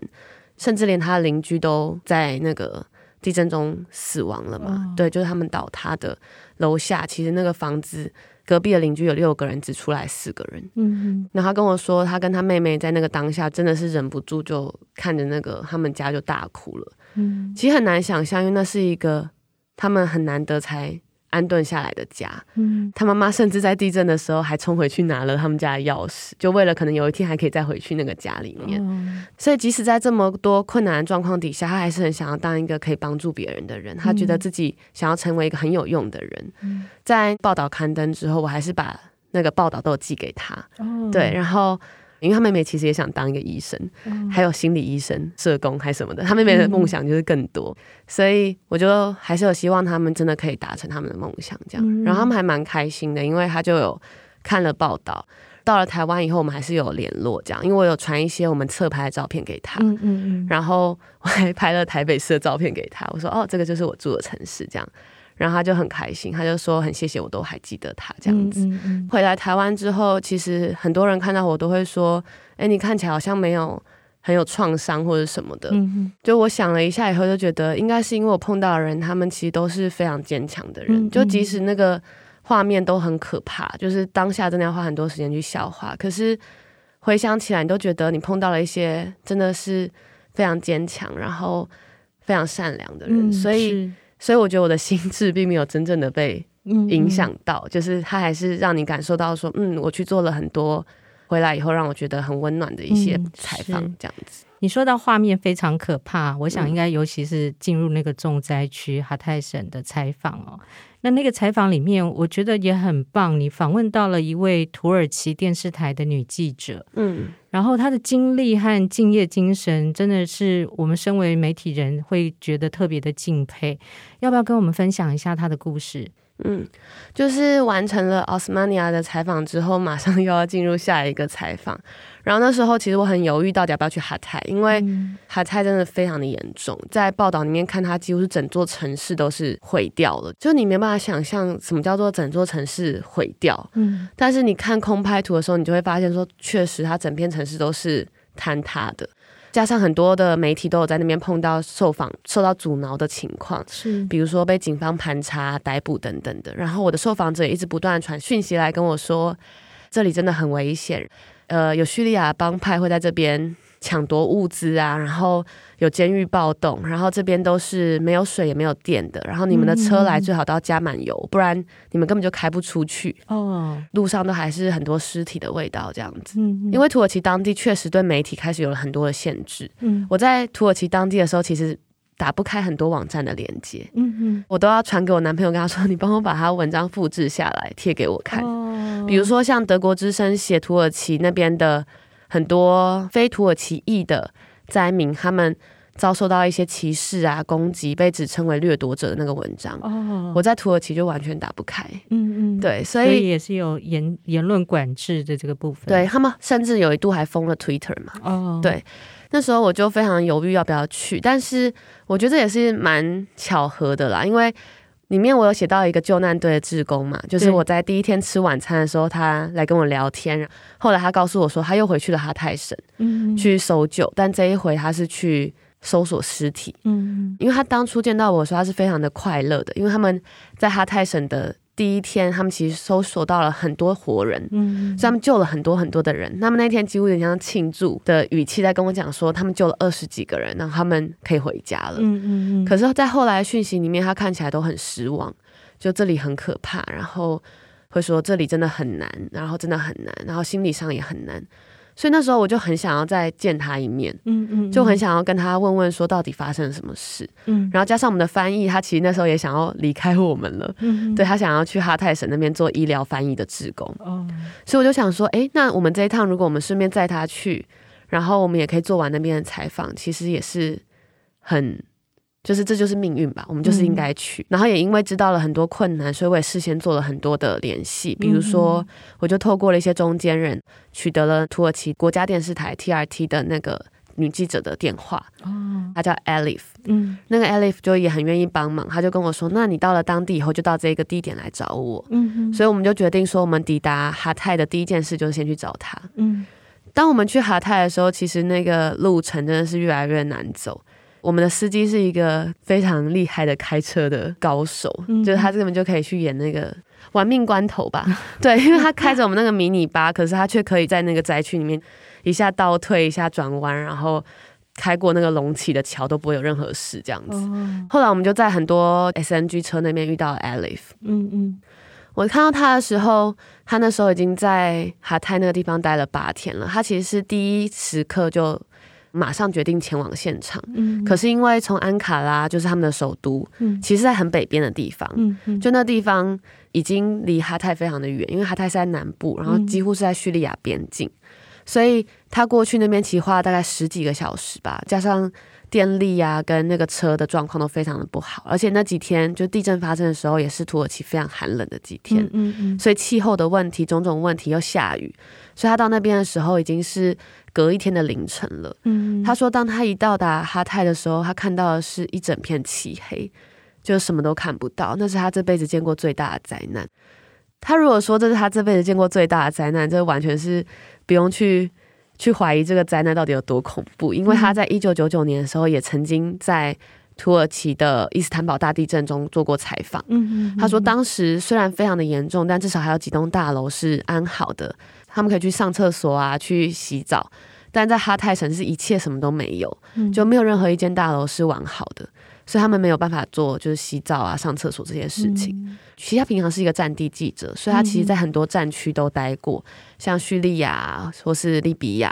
[SPEAKER 2] 甚至连他的邻居都在那个地震中死亡了嘛，
[SPEAKER 1] 哦
[SPEAKER 2] 对，就是他们倒塌的楼下，其实那个房子隔壁的邻居有六个人，只出来四个人。
[SPEAKER 1] 嗯
[SPEAKER 2] 然后他跟我说，他跟他妹妹在那个当下真的是忍不住就看着那个他们家就大哭了。
[SPEAKER 1] 嗯
[SPEAKER 2] 其实很难想象，因为那是一个他们很难得才安顿下来的家。
[SPEAKER 1] 嗯
[SPEAKER 2] 他妈妈甚至在地震的时候还冲回去拿了他们家的钥匙，就为了可能有一天还可以再回去那个家里面。
[SPEAKER 1] 嗯，
[SPEAKER 2] 所以即使在这么多困难的状况底下，他还是很想要当一个可以帮助别人的人。他觉得自己想要成为一个很有用的人。
[SPEAKER 1] 嗯
[SPEAKER 2] 在报道刊登之后，我还是把那个报道都寄给他。
[SPEAKER 1] 哦
[SPEAKER 2] 对，，然后。因为他妹妹其实也想当一个医生，
[SPEAKER 1] 哦
[SPEAKER 2] 还有心理医生、社工还什么的，他妹妹
[SPEAKER 1] 嗯
[SPEAKER 2] 的梦想就是更多，所以我就还是有希望他们真的可以达成他们的梦想这样。
[SPEAKER 1] 嗯
[SPEAKER 2] 然后他们还蛮开心的，因为他就有看了报道，到了台湾以后我们还是有联络这样，因为我有传一些我们侧拍的照片给他，
[SPEAKER 1] 嗯嗯嗯，
[SPEAKER 2] 然后我还拍了台北市的照片给他，我说哦，这个就是我住的城市这样，然后他就很开心，他就说很谢谢我都还记得他这样子。
[SPEAKER 1] 嗯嗯
[SPEAKER 2] 回来台湾之后，其实很多人看到我都会说：“哎、你看起来好像没有很有创伤或者什么的。
[SPEAKER 1] 嗯
[SPEAKER 2] 就我想了一下以后，就觉得应该是因为我碰到的人，他们其实都是非常坚强的人。
[SPEAKER 1] 嗯
[SPEAKER 2] 就即使那个画面都很可怕，就是当下真的要花很多时间去消化。可是回想起来，你都觉得你碰到了一些真的是非常坚强，然后非常善良的人。
[SPEAKER 1] 嗯，
[SPEAKER 2] 所以，
[SPEAKER 1] 是
[SPEAKER 2] 所以我觉得我的心智并没有真正的被
[SPEAKER 1] 嗯
[SPEAKER 2] 影响到，就是它还是让你感受到说，嗯，我去做了很多回来以后让我觉得很温暖的一些
[SPEAKER 1] 嗯
[SPEAKER 2] 采访
[SPEAKER 1] 是，
[SPEAKER 2] 这样子。
[SPEAKER 1] 你说到画面非常可怕，我想应该尤其是进入那个重灾区哈泰省的采访哦。那那个采访里面，我觉得也很棒，你访问到了一位土耳其电视台的女记者，
[SPEAKER 2] 嗯，
[SPEAKER 1] 然后她的经历和敬业精神，真的是我们身为媒体人会觉得特别的敬佩。要不要跟我们分享一下她的故事？
[SPEAKER 2] 嗯，就是完成了奥斯曼尼亚的采访之后，马上 [LAUGHS] 又要进入下一个采访。然后那时候其实我很犹豫，到底要不要去哈泰，因为
[SPEAKER 1] 嗯
[SPEAKER 2] 哈泰真的非常的严重，在报道里面看，它几乎是整座城市都是毁掉了，就你没办法想象什么叫做整座城市毁掉。
[SPEAKER 1] 嗯
[SPEAKER 2] 但是你看空拍图的时候，你就会发现说，确实它整片城市都是坍塌的，加上很多的媒体都有在那边碰到受访受到阻挠的情况。
[SPEAKER 1] 是
[SPEAKER 2] 比如说被警方盘查、逮捕等等的。然后我的受访者也一直不断地传讯息来跟我说，这里真的很危险，呃，有叙利亚帮派会在这边抢夺物资啊，然后有监狱暴动，然后这边都是没有水也没有电的，然后你们的车来最好都要加满油，不然你们根本就开不出去，
[SPEAKER 1] 哦，
[SPEAKER 2] 路上都还是很多尸体的味道这样子。
[SPEAKER 1] 嗯，
[SPEAKER 2] 因为土耳其当地确实对媒体开始有了很多的限制。
[SPEAKER 1] 嗯
[SPEAKER 2] 我在土耳其当地的时候，其实打不开很多网站的连接，
[SPEAKER 1] 嗯
[SPEAKER 2] 我都要传给我男朋友，跟他说：“你帮我把他文章复制下来，贴给我
[SPEAKER 1] 嗯，
[SPEAKER 2] 看。
[SPEAKER 1] 哦
[SPEAKER 2] 比如说像德国之声写土耳其那边的很多非土耳其裔的灾民，他们遭受到一些歧视啊、攻击，被指称为掠夺者的那个文章，
[SPEAKER 1] 哦，
[SPEAKER 2] 我在土耳其就完全打不开。
[SPEAKER 1] 嗯嗯，
[SPEAKER 2] 对，所
[SPEAKER 1] 所以
[SPEAKER 2] 以
[SPEAKER 1] 也是有言言论管制的这个部分。
[SPEAKER 2] 对，他们甚至有一度还封了 Twitter 嘛。
[SPEAKER 1] 哦，
[SPEAKER 2] 对那时候我就非常犹豫要不要去，但是我觉得这也是蛮巧合的啦，因为里面我有写到一个救难队的志工嘛，就是
[SPEAKER 1] 对
[SPEAKER 2] 我在第一天吃晚餐的时候，他来跟我聊天，后来他告诉我说他又回去了哈泰省
[SPEAKER 1] 嗯，嗯，
[SPEAKER 2] 去搜救，但这一回他是去搜索尸体，
[SPEAKER 1] 嗯，
[SPEAKER 2] 因为他当初见到我的时候，他是非常的快乐的，因为他们在哈泰省的第一天，他们其实搜索到了很多活人，
[SPEAKER 1] 嗯嗯，
[SPEAKER 2] 所以他们救了很多很多的人。他们那天几乎有点像庆祝的语气在跟我讲说，他们救了二十几个人，然后他们可以回家了。
[SPEAKER 1] 嗯嗯嗯，
[SPEAKER 2] 可是，在后来讯息里面，他看起来都很失望，就这里很可怕，然后会说这里真的很难，然后真的很难，然后心理上也很难。所以那时候我就很想要再见他一面，
[SPEAKER 1] 嗯嗯
[SPEAKER 2] 就很想要跟他问问说到底发生了什么事。
[SPEAKER 1] 嗯，
[SPEAKER 2] 然后加上我们的翻译，他其实那时候也想要离开我们了，
[SPEAKER 1] 嗯嗯
[SPEAKER 2] 对他想要去哈泰省那边做医疗翻译的志工。
[SPEAKER 1] 哦，
[SPEAKER 2] 所以我就想说，诶，那我们这一趟，如果我们顺便载他去，然后我们也可以做完那边的采访，其实也是很，就是这就是命运吧，我们就是应该去。然后也因为知道了很多困难，所以我也事先做了很多的联系，比如说，我就透过了一些中间人，取得了土耳其国家电视台 TRT 的那个女记者的电话，
[SPEAKER 1] 哦，
[SPEAKER 2] 她叫 Alif。
[SPEAKER 1] 嗯
[SPEAKER 2] 那个 Alif 就也很愿意帮忙，他就跟我说，那你到了当地以后，就到这个地点来找我。
[SPEAKER 1] 嗯，
[SPEAKER 2] 所以我们就决定说，我们抵达哈泰的第一件事就是先去找他。
[SPEAKER 1] 以嗯
[SPEAKER 2] 当我们去哈泰的时候，其实那个路程真的是越来越难走。我们的司机是一个非常厉害的开车的高手，
[SPEAKER 1] 嗯
[SPEAKER 2] 就是他根本就可以去演那个玩命关头吧？ [LAUGHS] 对，因为他开着我们那个迷你巴，可是他却可以在那个灾区里面一下倒退，一下转弯，然后开过那个隆起的桥都不会有任何事这样子。
[SPEAKER 1] 哦，
[SPEAKER 2] 后来我们就在很多 SNG 车那边遇到 Alif，
[SPEAKER 1] 嗯嗯
[SPEAKER 2] 我看到他的时候，他那时候已经在哈泰那个地方待了八天了。他其实是第一时刻就马上决定前往现场，
[SPEAKER 1] 嗯，
[SPEAKER 2] 可是因为从安卡拉就是他们的首都，
[SPEAKER 1] 嗯
[SPEAKER 2] 其实在很北边的地方，
[SPEAKER 1] 嗯嗯，
[SPEAKER 2] 就那地方已经离哈泰非常的远，因为哈泰是在南部，然后几乎是在叙利亚边境，所以他过去那边骑花了大概十几个小时吧，加上电力啊跟那个车的状况都非常的不好，而且那几天就地震发生的时候，也是土耳其非常寒冷的几天。
[SPEAKER 1] 嗯嗯
[SPEAKER 2] 所以气候的问题、种种问题又下雨，所以他到那边的时候已经是隔一天的凌晨了。
[SPEAKER 1] 嗯，
[SPEAKER 2] 他说，当他一到达哈泰的时候，他看到的是一整片漆黑，就什么都看不到。那是他这辈子见过最大的灾难。他如果说这是他这辈子见过最大的灾难，这完全是不用去去怀疑这个灾难到底有多恐怖，因为他在一九九九年的时候也曾经在土耳其的伊斯坦堡大地震中做过采访。
[SPEAKER 1] 嗯嗯，
[SPEAKER 2] 他说，当时虽然非常的严重，但至少还有几栋大楼是安好的，他们可以去上厕所啊，去洗澡。
[SPEAKER 1] 嗯
[SPEAKER 2] 但在哈泰省是一切什么都没有，就没有任何一间大楼是完好的。所以他们没有办法做就是洗澡啊、上厕所这些事情。
[SPEAKER 1] 嗯
[SPEAKER 2] 其实他平常是一个战地记者，所以他其实在很多战区都待过，像叙利亚啊或是利比亚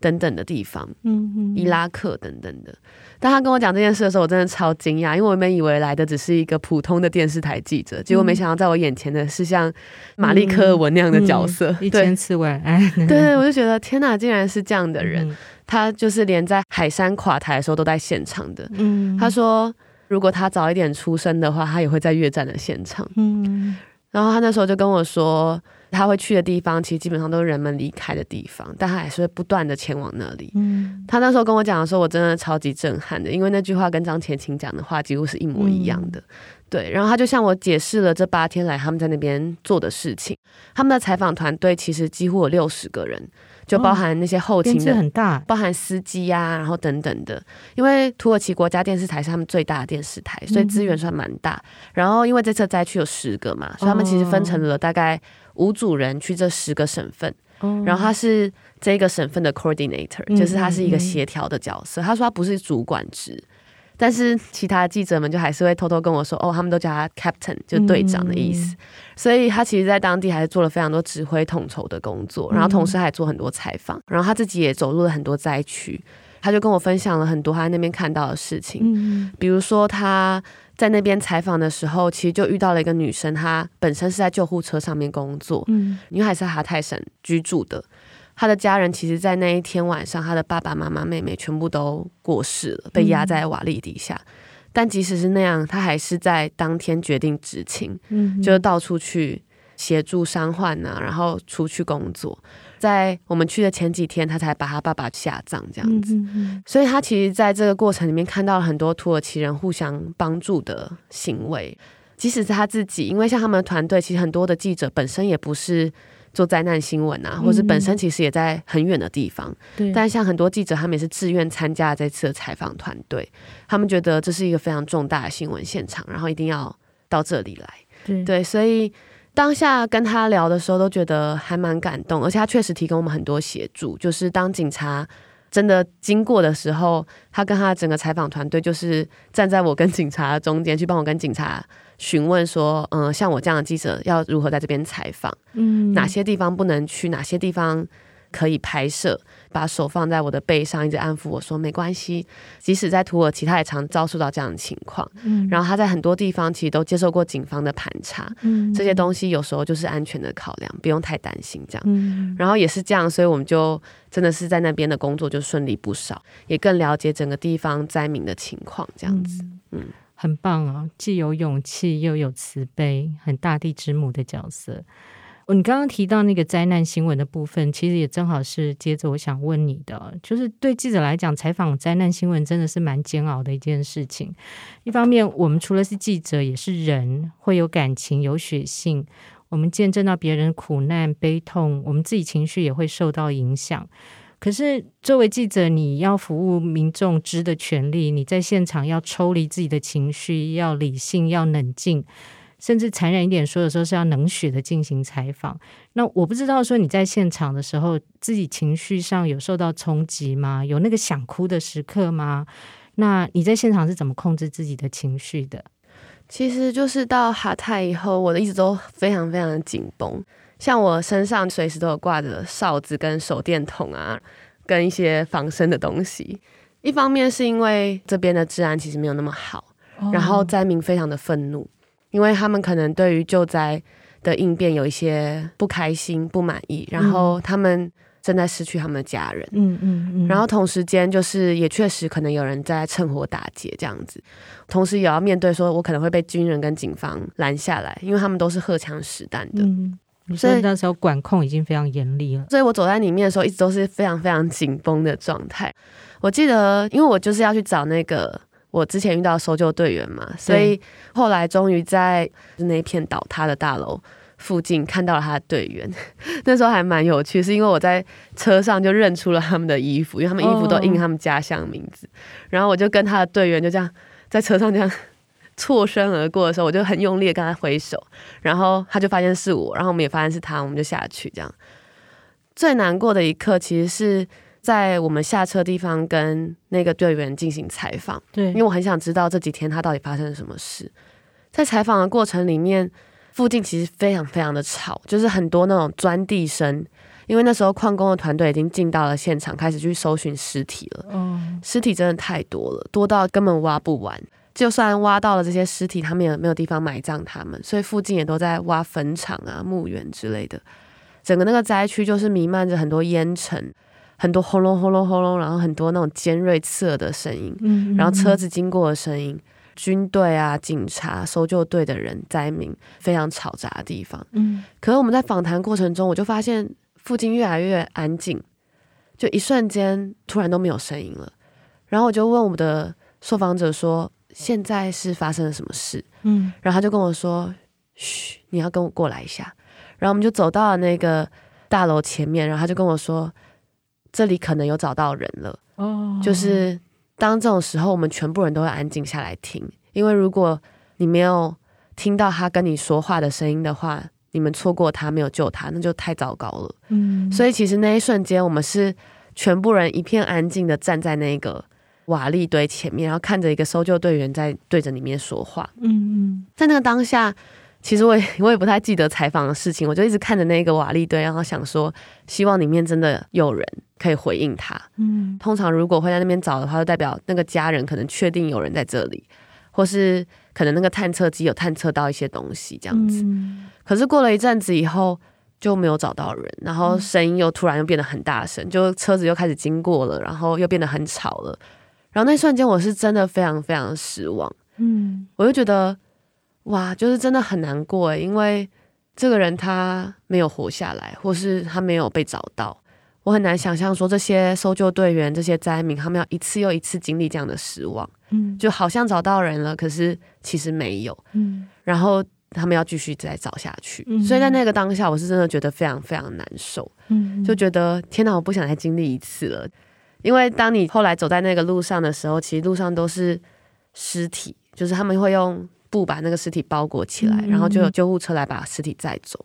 [SPEAKER 2] 等等的地方。
[SPEAKER 1] 嗯嗯
[SPEAKER 2] 伊拉克等等的。当他跟我讲这件事的时候，我真的超惊讶，因为我原本以为来的只是一个普通的电视台记者，结果
[SPEAKER 1] 嗯
[SPEAKER 2] 没想到在我眼前的是像玛丽科尔文那样的角色。
[SPEAKER 1] 一
[SPEAKER 2] 对
[SPEAKER 1] 千次晚安，
[SPEAKER 2] 对，我就觉得天哪，竟然是这样的人。
[SPEAKER 1] 嗯，
[SPEAKER 2] 他就是连在海山垮台的时候都在现场的。
[SPEAKER 1] 嗯
[SPEAKER 2] 他，说，如果他早一点出生的话，他也会在越战的现场。
[SPEAKER 1] 嗯
[SPEAKER 2] 然后他那时候就跟我说，他会去的地方其实基本上都是人们离开的地方，但他还是会不断的前往那里。
[SPEAKER 1] 嗯，
[SPEAKER 2] 他那时候跟我讲的时候，我真的超级震撼的，因为那句话跟张前清讲的话几乎是一模一样的。
[SPEAKER 1] 嗯
[SPEAKER 2] 对，然后他就向我解释了这八天来他们在那边做的事情。他们的采访团队其实几乎有六十个人，就包含那些后勤
[SPEAKER 1] 哦编制
[SPEAKER 2] 的，
[SPEAKER 1] 很大，
[SPEAKER 2] 包含司机呀、然后等等的。因为土耳其国家电视台是他们最大的电视台，
[SPEAKER 1] 嗯
[SPEAKER 2] 所以资源算蛮大。然后因为这次灾区有十个嘛，所以他们其实分成了大概五组人去这十个省份。
[SPEAKER 1] 哦
[SPEAKER 2] 然后他是这个省份的 coordinator，、
[SPEAKER 1] 嗯
[SPEAKER 2] 就是他是一个协调的角色。他说他不是主管职，但是其他记者们就还是会偷偷跟我说，哦，他们都叫他 captain，就队长的意思。
[SPEAKER 1] 嗯
[SPEAKER 2] 所以他其实在当地还是做了非常多指挥统筹的工
[SPEAKER 1] 嗯
[SPEAKER 2] 作，然后同时还做很多采访，然后他自己也走入了很多灾区。他就跟我分享了很多他在那边看到的事情，
[SPEAKER 1] 嗯，
[SPEAKER 2] 比如说他在那边采访的时候，其实就遇到了一个女生，她本身是在救护车上面工作，
[SPEAKER 1] 嗯
[SPEAKER 2] 因为还是在哈泰省居住的。他的家人其实，在那一天晚上，他的爸爸妈妈、妹妹全部都过世了，被压在瓦砾底下。但即使是那样，他还是在当天决定执勤，
[SPEAKER 1] 嗯，
[SPEAKER 2] 就是到处去协助伤患呐、然后出去工作。在我们去的前几天，他才把他爸爸下葬，这样子。
[SPEAKER 1] 嗯，嗯
[SPEAKER 2] 所以他其实在这个过程里面看到了很多土耳其人互相帮助的行为，即使是他自己，因为像他们的团队，其实很多的记者本身也不是做灾难新闻啊，或是本身其实也在很远的地方，
[SPEAKER 1] 嗯对，
[SPEAKER 2] 但像很多记者，他们也是自愿参加这次的采访团队，他们觉得这是一个非常重大的新闻现场，然后一定要到这里来。
[SPEAKER 1] 对
[SPEAKER 2] 对，所以当下跟他聊的时候，都觉得还蛮感动，而且他确实提供我们很多协助，就是当警察。真的经过的时候，他跟他整个采访团队就是站在我跟警察中间，去帮我跟警察询问说，嗯、像我这样的记者要如何在这边采访，
[SPEAKER 1] 嗯
[SPEAKER 2] 哪些地方不能去，哪些地方可以拍摄，把手放在我的背上，一直安抚我说没关系。即使在土耳其，他也常遭受到这样的情况，
[SPEAKER 1] 嗯
[SPEAKER 2] 然后他在很多地方其实都接受过警方的盘查，
[SPEAKER 1] 嗯
[SPEAKER 2] 这些东西有时候就是安全的考量，不用太担心这样。
[SPEAKER 1] 嗯
[SPEAKER 2] 然后也是这样，所以我们就真的是在那边的工作就顺利不少，也更了解整个地方灾民的情况这样子。嗯
[SPEAKER 1] 很棒啊，既有勇气又有慈悲，很大地之母的角色。哦你刚刚提到那个灾难新闻的部分，其实也正好是接着我想问你的，就是对记者来讲，采访灾难新闻真的是蛮煎熬的一件事情。一方面，我们除了是记者，也是人，会有感情，有血性。我们见证到别人苦难、悲痛，我们自己情绪也会受到影响。可是，作为记者，你要服务民众知的权利，你在现场要抽离自己的情绪，要理性，要冷静，甚至残忍一点说，有时候是要冷血的进行采访。那我不知道说你在现场的时候，自己情绪上有受到冲击吗？有那个想哭的时刻吗？那你在现场是怎么控制自己的情绪的？
[SPEAKER 2] 其实就是到哈泰以后，我的一直都非常非常的紧绷，像我身上随时都有挂着哨子跟手电筒啊，跟一些防身的东西。一方面是因为这边的治安其实没有那么好，
[SPEAKER 1] 哦
[SPEAKER 2] 然后灾民非常的愤怒，因为他们可能对于救灾的应变有一些不开心、不满意，然后他们正在失去他们的家人。
[SPEAKER 1] 嗯嗯嗯，
[SPEAKER 2] 然后同时间就是也确实可能有人在趁火打劫这样子，同时也要面对说我可能会被军人跟警方拦下来，因为他们都是荷枪实弹的。
[SPEAKER 1] 嗯，你
[SPEAKER 2] 所
[SPEAKER 1] 说
[SPEAKER 2] 以
[SPEAKER 1] 那时候管控已经非常严厉了。
[SPEAKER 2] 所以我走在里面的时候，一直都是非常非常紧绷的状态。我记得，因为我就是要去找那个我之前遇到的搜救队员嘛，所以后来终于在那一片倒塌的大楼附近看到了他的队员。 [LAUGHS] 那时候还蛮有趣，是因为我在车上就认出了他们的衣服，因为他们衣服都印他们家乡名字。然后我就跟他的队员就这样在车上这样错身而过的时候，我就很用力的跟他挥手，然后他就发现是我，然后我们也发现是他，我们就下去这样。最难过的一刻其实是在我们下车地方跟那个队员进行采访，
[SPEAKER 1] 对
[SPEAKER 2] 因为，我很想知道这几天他到底发生了什么事。在采访的过程里面，附近其实非常非常的吵，就是很多那种钻地声，因为那时候矿工的团队已经进到了现场，开始去搜寻尸体了。
[SPEAKER 1] 嗯，
[SPEAKER 2] 尸体真的太多了，多到根本挖不完。就算挖到了这些尸体，他们也没有地方埋葬他们，所以附近也都在挖坟场啊、墓园之类的。整个那个灾区就是弥漫着很多烟尘，很多轰隆轰隆轰隆，然后很多那种尖锐刺耳的声音。
[SPEAKER 1] 嗯
[SPEAKER 2] 然后车，子经过的声音，军队啊、警察、搜救队的人、灾民，非常嘈杂的地方。
[SPEAKER 1] 嗯
[SPEAKER 2] 可是我们在访谈过程中，我就发现附近越来越安静，就一瞬间突然都没有声音了。然后我就问我们的受访者说：“现在是发生了什么事？”
[SPEAKER 1] 嗯
[SPEAKER 2] 然后他就跟我说：“嘘，你要跟我过来一下。”然后我们就走到了那个大楼前面，然后他就跟我说：“这里可能有找到人了。”
[SPEAKER 1] 嗯，哦，
[SPEAKER 2] 就是当这种时候，我们全部人都会安静下来听，因为如果你没有听到他跟你说话的声音的话，你们错过他没有救他，那就太糟糕了。
[SPEAKER 1] 嗯，
[SPEAKER 2] 所以其实那一瞬间，我们是全部人一片安静的站在那个瓦砾堆前面，然后看着一个搜救队员在对着里面说话。
[SPEAKER 1] 嗯，嗯
[SPEAKER 2] 在那个当下，其实我也 [LAUGHS] 我也不太记得采访的事情，我就一直看着那个瓦砾堆，然后想说，希望里面真的有人可以回应他。
[SPEAKER 1] 嗯
[SPEAKER 2] 通常如果会在那边找的话，就代表那个家人可能确定有人在这里，或是可能那个探测机有探测到一些东西这
[SPEAKER 1] 这
[SPEAKER 2] 样子。，
[SPEAKER 1] 嗯
[SPEAKER 2] 可是过了一阵子以后就没有找到人，然后声音又突然又变得很大声，就车子又开始经过了，然后又变得很吵了。然后那一瞬间我是真的非常非常失望，
[SPEAKER 1] 嗯
[SPEAKER 2] 我就觉得哇，就是真的很难过欸诶，因为这个人他没有活下来，或是他没有被找到。我很难想象说这些搜救队员、这些灾民，他们要一次又一次经历这样的失望，
[SPEAKER 1] 嗯，
[SPEAKER 2] 就好像找到人了，可是其实没有，
[SPEAKER 1] 嗯
[SPEAKER 2] 然后他们要继续再找下去。
[SPEAKER 1] 嗯
[SPEAKER 2] 所以在那个当下，我是真的觉得非常非常难受，
[SPEAKER 1] 嗯，
[SPEAKER 2] 就觉得天哪，我不想再经历一次了。因为当你后来走在那个路上的时候，其实路上都是尸体，就是他们会用布把那个尸体包裹起来，
[SPEAKER 1] 嗯
[SPEAKER 2] 然后就有救护车来把尸体载走。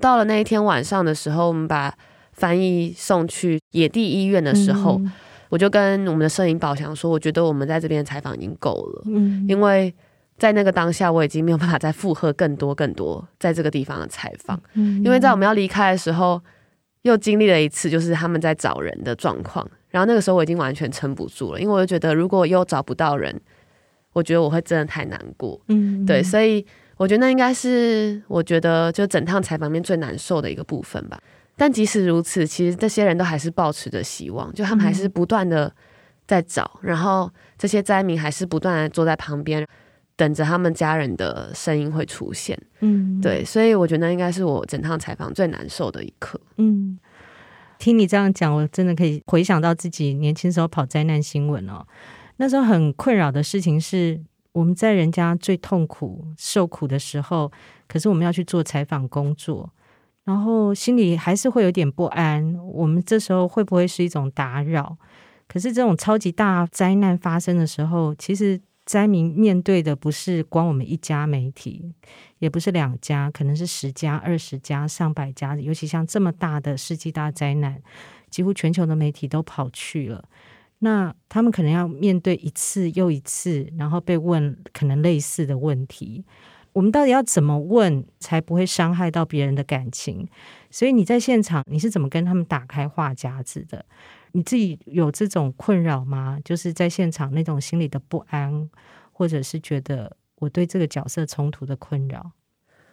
[SPEAKER 2] 到了那一天晚上的时候，我们把翻译送去野地医院的时候，
[SPEAKER 1] 嗯，
[SPEAKER 2] 我就跟我们的摄影宝想说，我觉得我们在这边的采访已经够了，
[SPEAKER 1] 嗯，
[SPEAKER 2] 因为在那个当下，我已经没有办法再负荷更多更多在这个地方的采访。
[SPEAKER 1] 嗯
[SPEAKER 2] 因为在我们要离开的时候，又经历了一次就是他们在找人的状况。然后那个时候我已经完全撑不住了，因为我就觉得如果又找不到人，我觉得我会真的太难过。
[SPEAKER 1] 嗯
[SPEAKER 2] 对，所以我觉得那应该是我觉得就整趟采访里面最难受的一个部分吧。但即使如此，其实这些人都还是抱持着希望，就他们还
[SPEAKER 1] 嗯
[SPEAKER 2] 是不断的在找，然后这些灾民还是不断的坐在旁边，等着他们家人的声音会出现。
[SPEAKER 1] 嗯
[SPEAKER 2] 对，所以我觉得那应该是我整趟采访最难受的一刻。
[SPEAKER 1] 嗯，听你这样讲，我真的可以回想到自己年轻时候跑灾难新闻哦。那时候很困扰的事情是，我们在人家最痛苦、受苦的时候，可是我们要去做采访工作，然后心里还是会有点不安。我们这时候会不会是一种打扰？可是这种超级大灾难发生的时候，其实灾民面对的不是光我们一家媒体，也不是两家，可能是十家、二十家、上百家，尤其像这么大的世纪大灾难，几乎全球的媒体都跑去了。那他们可能要面对一次又一次，然后被问可能类似的问题。我们到底要怎么问才不会伤害到别人的感情？所以你在现场你是怎么跟他们打开话匣子的？你自己有这种困扰吗？就是在现场那种心里的不安，或者是觉得我对这个角色冲突的困扰？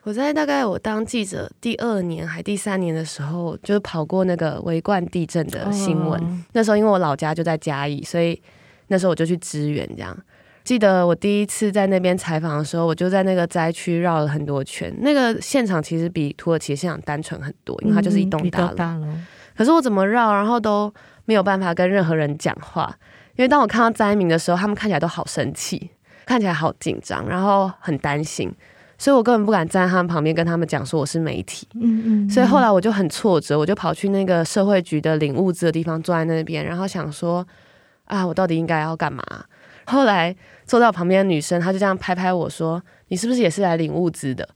[SPEAKER 2] 我在大概我当记者第二年还第三年的时候，就是跑过那个维冠地震的新闻。
[SPEAKER 1] 哦
[SPEAKER 2] 那时候因为我老家就在嘉义，所以那时候我就去支援。这样，记得我第一次在那边采访的时候，我就在那个灾区绕了很多圈。那个现场其实比土耳其现场单纯很多，因为它
[SPEAKER 1] 嗯
[SPEAKER 2] 就是一栋大楼。
[SPEAKER 1] 楼。
[SPEAKER 2] 可是我怎么绕，然后都没有办法跟任何人讲话，因为当我看到灾民的时候，他们看起来都好生气，看起来好紧张，然后很担心，所以我根本不敢站在他们旁边跟他们讲说我是媒体。
[SPEAKER 1] 嗯嗯
[SPEAKER 2] 所以后来我就很挫折，我就跑去那个社会局的领物资的地方坐在那边，然后想说啊，我到底应该要干嘛？后来坐到旁边的女生，她就这样拍拍我说：“你是不是也是来领物资的？”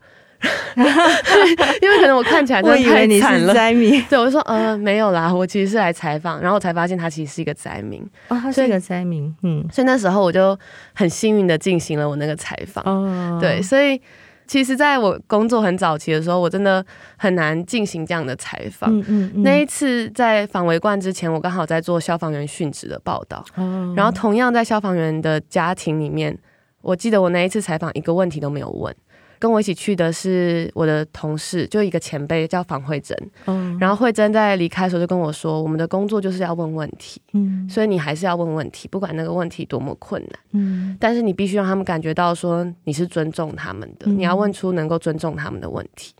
[SPEAKER 2] [LAUGHS] 因为可能我看起来真
[SPEAKER 1] 我
[SPEAKER 2] 的
[SPEAKER 1] 以
[SPEAKER 2] 太
[SPEAKER 1] 为你
[SPEAKER 2] 惨
[SPEAKER 1] 是
[SPEAKER 2] 了。
[SPEAKER 1] 灾民，
[SPEAKER 2] [LAUGHS] 对，我就说呃没有啦，我其实是来采访，然后我才发现他其实是一个灾民，
[SPEAKER 1] 哦，他
[SPEAKER 2] 所
[SPEAKER 1] 是
[SPEAKER 2] 以
[SPEAKER 1] 一个灾民，嗯，
[SPEAKER 2] 所以那时候我就很幸运的进行了我那个采访。
[SPEAKER 1] 哦，
[SPEAKER 2] 对，，所以其实在我工作很早期的时候，我真的很难进行这样的采访。
[SPEAKER 1] 嗯嗯嗯，
[SPEAKER 2] 那一次在访围冠之前，我刚好在做消防员殉职的报道，
[SPEAKER 1] 哦，
[SPEAKER 2] 然后同样在消防员的家庭里面，我记得我那一次采访一个问题都没有问。跟我一起去的是我的同事，就一个前辈叫房慧珍，
[SPEAKER 1] 哦，
[SPEAKER 2] 然后慧珍在离开的时候就跟我说，我们的工作就是要问问题，
[SPEAKER 1] 嗯
[SPEAKER 2] 所以你还是要问问题，不管那个问题多么困难。
[SPEAKER 1] 嗯
[SPEAKER 2] 但是你必须让他们感觉到说你是尊重他们的，
[SPEAKER 1] 嗯
[SPEAKER 2] 你要问出能够尊重他们的问题。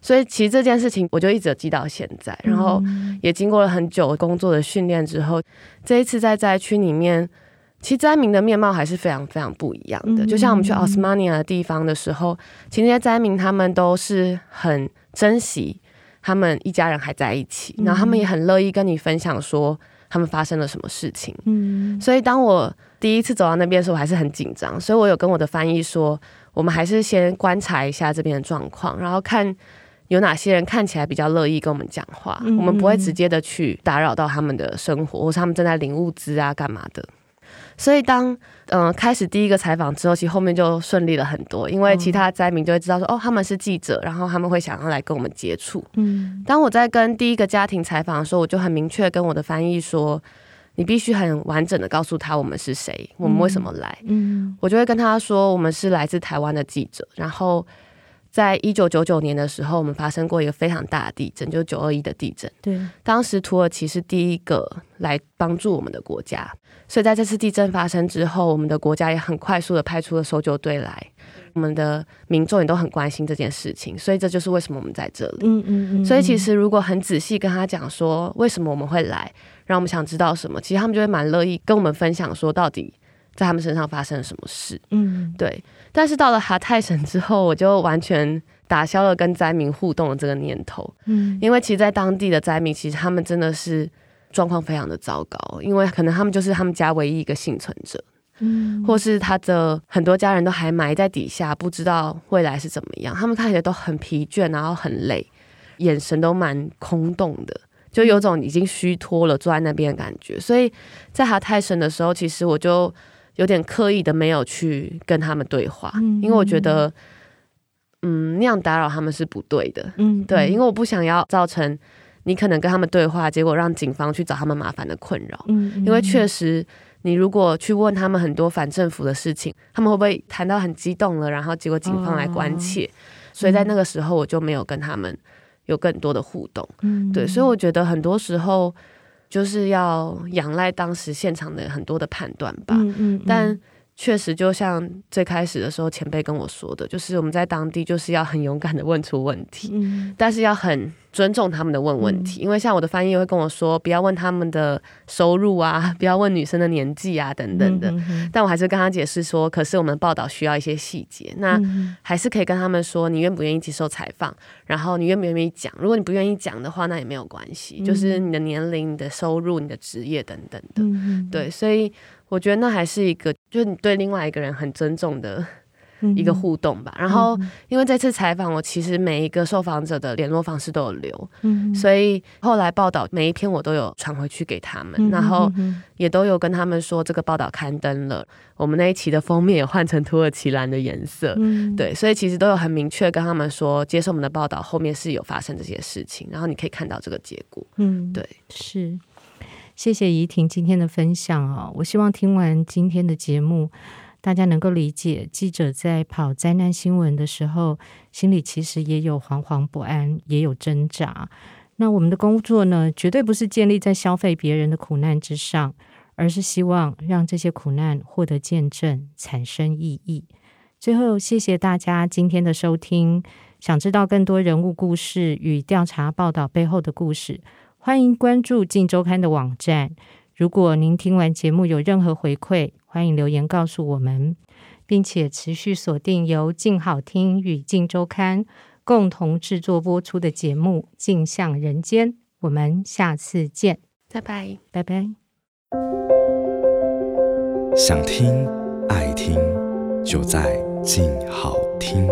[SPEAKER 2] 所以其实这件事情我就一直有记到现在，然后也经过了很久工作的训练之后，这一次在灾区里面，其实灾民的面貌还是非常非常不一样的。
[SPEAKER 1] 嗯
[SPEAKER 2] 就像我们去奥斯曼尼亚的地方的时候，其实那些灾民他们都是很珍惜他们一家人还在一起，
[SPEAKER 1] 嗯
[SPEAKER 2] 然后他们也很乐意跟你分享说他们发生了什么事情。
[SPEAKER 1] 嗯
[SPEAKER 2] 所以当我第一次走到那边的时候，我还是很紧张，所以我有跟我的翻译说，我们还是先观察一下这边的状况，然后看有哪些人看起来比较乐意跟我们讲话，
[SPEAKER 1] 嗯
[SPEAKER 2] 我们不会直接的去打扰到他们的生活，或是他们正在领物资啊干嘛的。所以当嗯、呃开始第一个采访之后，其实后面就顺利了很多，因为
[SPEAKER 1] 嗯
[SPEAKER 2] 其他灾民就会知道说，哦，他们是记者，然后他们会想要来跟我们接触。
[SPEAKER 1] 嗯
[SPEAKER 2] 当我在跟第一个家庭采访的时候，我就很明确跟我的翻译说，你必须很完整的告诉他我们是谁，我们为什么来。
[SPEAKER 1] 嗯
[SPEAKER 2] 我就会跟他说，我们是来自台湾的记者，然后。在一九九九年的时候，我们发生过一个非常大的地震，就是九二一的地震。
[SPEAKER 1] 对，
[SPEAKER 2] 当时土耳其是第一个来帮助我们的国家，所以在这次地震发生之后，我们的国家也很快速的派出了搜救队来，我们的民众也都很关心这件事情，所以这就是为什么我们在这里。
[SPEAKER 1] 嗯嗯嗯，
[SPEAKER 2] 所以其实如果很仔细跟他讲说为什么我们会来，然后我们想知道什么，其实他们就会蛮乐意跟我们分享说到底在他们身上发生了什么事。
[SPEAKER 1] 嗯
[SPEAKER 2] 对，但是到了哈泰省之后，我就完全打消了跟灾民互动的这个念头，
[SPEAKER 1] 嗯
[SPEAKER 2] 因为其实，在当地的灾民其实他们真的是。状况非常的糟糕，因为可能他们就是他们家唯一一个幸存者，
[SPEAKER 1] 嗯
[SPEAKER 2] 或是他的很多家人都还埋在底下，不知道未来是怎么样。他们看起来都很疲倦，然后很累，眼神都蛮空洞的，就
[SPEAKER 1] 嗯
[SPEAKER 2] 有种已经虚脱了，坐在那边的感觉。所以在哈泰省的时候，其实我就有点刻意的没有去跟他们对话，
[SPEAKER 1] 嗯
[SPEAKER 2] 因为我觉得，嗯，那样打扰他们是不对的。
[SPEAKER 1] 嗯
[SPEAKER 2] 对，因
[SPEAKER 1] 为
[SPEAKER 2] 为我不想要造成你可能跟他们对话，结果让警方去找他们麻烦的困扰。
[SPEAKER 1] 嗯
[SPEAKER 2] 因为确
[SPEAKER 1] 实
[SPEAKER 2] 实，你如果去问他们很多反政府的事情，他们会不会谈到很激动了，然后结果警方来
[SPEAKER 1] 哦
[SPEAKER 2] 关切？所以在
[SPEAKER 1] 嗯
[SPEAKER 2] 那个时候，我就没有跟他们有更多的互动。
[SPEAKER 1] 嗯
[SPEAKER 2] 对，所以我觉得很多时候就是要仰赖当时现场的很多的判断吧。
[SPEAKER 1] 嗯嗯，
[SPEAKER 2] 但确实，就像最开始的时候，前辈跟我说的，就是我们在当地就是要很勇敢的问出问题。
[SPEAKER 1] 嗯
[SPEAKER 2] 但是要很尊重他们的问问题，因为像我的翻译会跟我说，不要问他们的收入啊， [LAUGHS] 不要问女生的年纪啊等等
[SPEAKER 1] 嗯
[SPEAKER 2] 的。但我还是跟他解释说，可是我们报道需要一些细节，那
[SPEAKER 1] 嗯
[SPEAKER 2] 还是可以跟他们说，你愿不愿意接受采访，然后你愿不愿意讲。如果你不愿意讲的话，那也没有关系，
[SPEAKER 1] 嗯
[SPEAKER 2] 就是你的年龄、你的收入、你的职业等等的。
[SPEAKER 1] 嗯
[SPEAKER 2] 对，所以我觉得那还是一个，就是你对另外一个人很尊重的
[SPEAKER 1] 嗯
[SPEAKER 2] 一个互动吧。然后，因为这次采访，我其实每一个受访者的联络方式都有留，
[SPEAKER 1] 嗯
[SPEAKER 2] 所以后来报道每一篇我都有传回去给他
[SPEAKER 1] 嗯
[SPEAKER 2] 们，然后也都有跟他们说这个报道刊登了，我们那一期的封面也换成土耳其蓝的颜色。
[SPEAKER 1] 嗯
[SPEAKER 2] 对，所以其实都有很明确跟他们说，接受我们的报道，后面是有发生这些事情，然后你可以看到这个结果。
[SPEAKER 1] 嗯，
[SPEAKER 2] 对，
[SPEAKER 1] 是。谢谢怡婷今天的分享啊、我希望听完今天的节目，大家能够理解记者在跑灾难新闻的时候，心里其实也有惶惶不安，也有挣扎。那我们的工作呢，绝对不是建立在消费别人的苦难之上，而是希望让这些苦难获得见证，产生意义。最后，谢谢大家今天的收听。想知道更多人物故事与调查报道背后的故事，欢迎关注《镜周刊》的网站。如果您听完节目有任何回馈，欢迎留言告诉我们，并且持续锁定由《静好听》与《镜周刊》共同制作播出的节目《镜像人间》。我们下次见，
[SPEAKER 2] 拜拜。
[SPEAKER 1] 拜拜。
[SPEAKER 3] 想听爱听，就在静好听。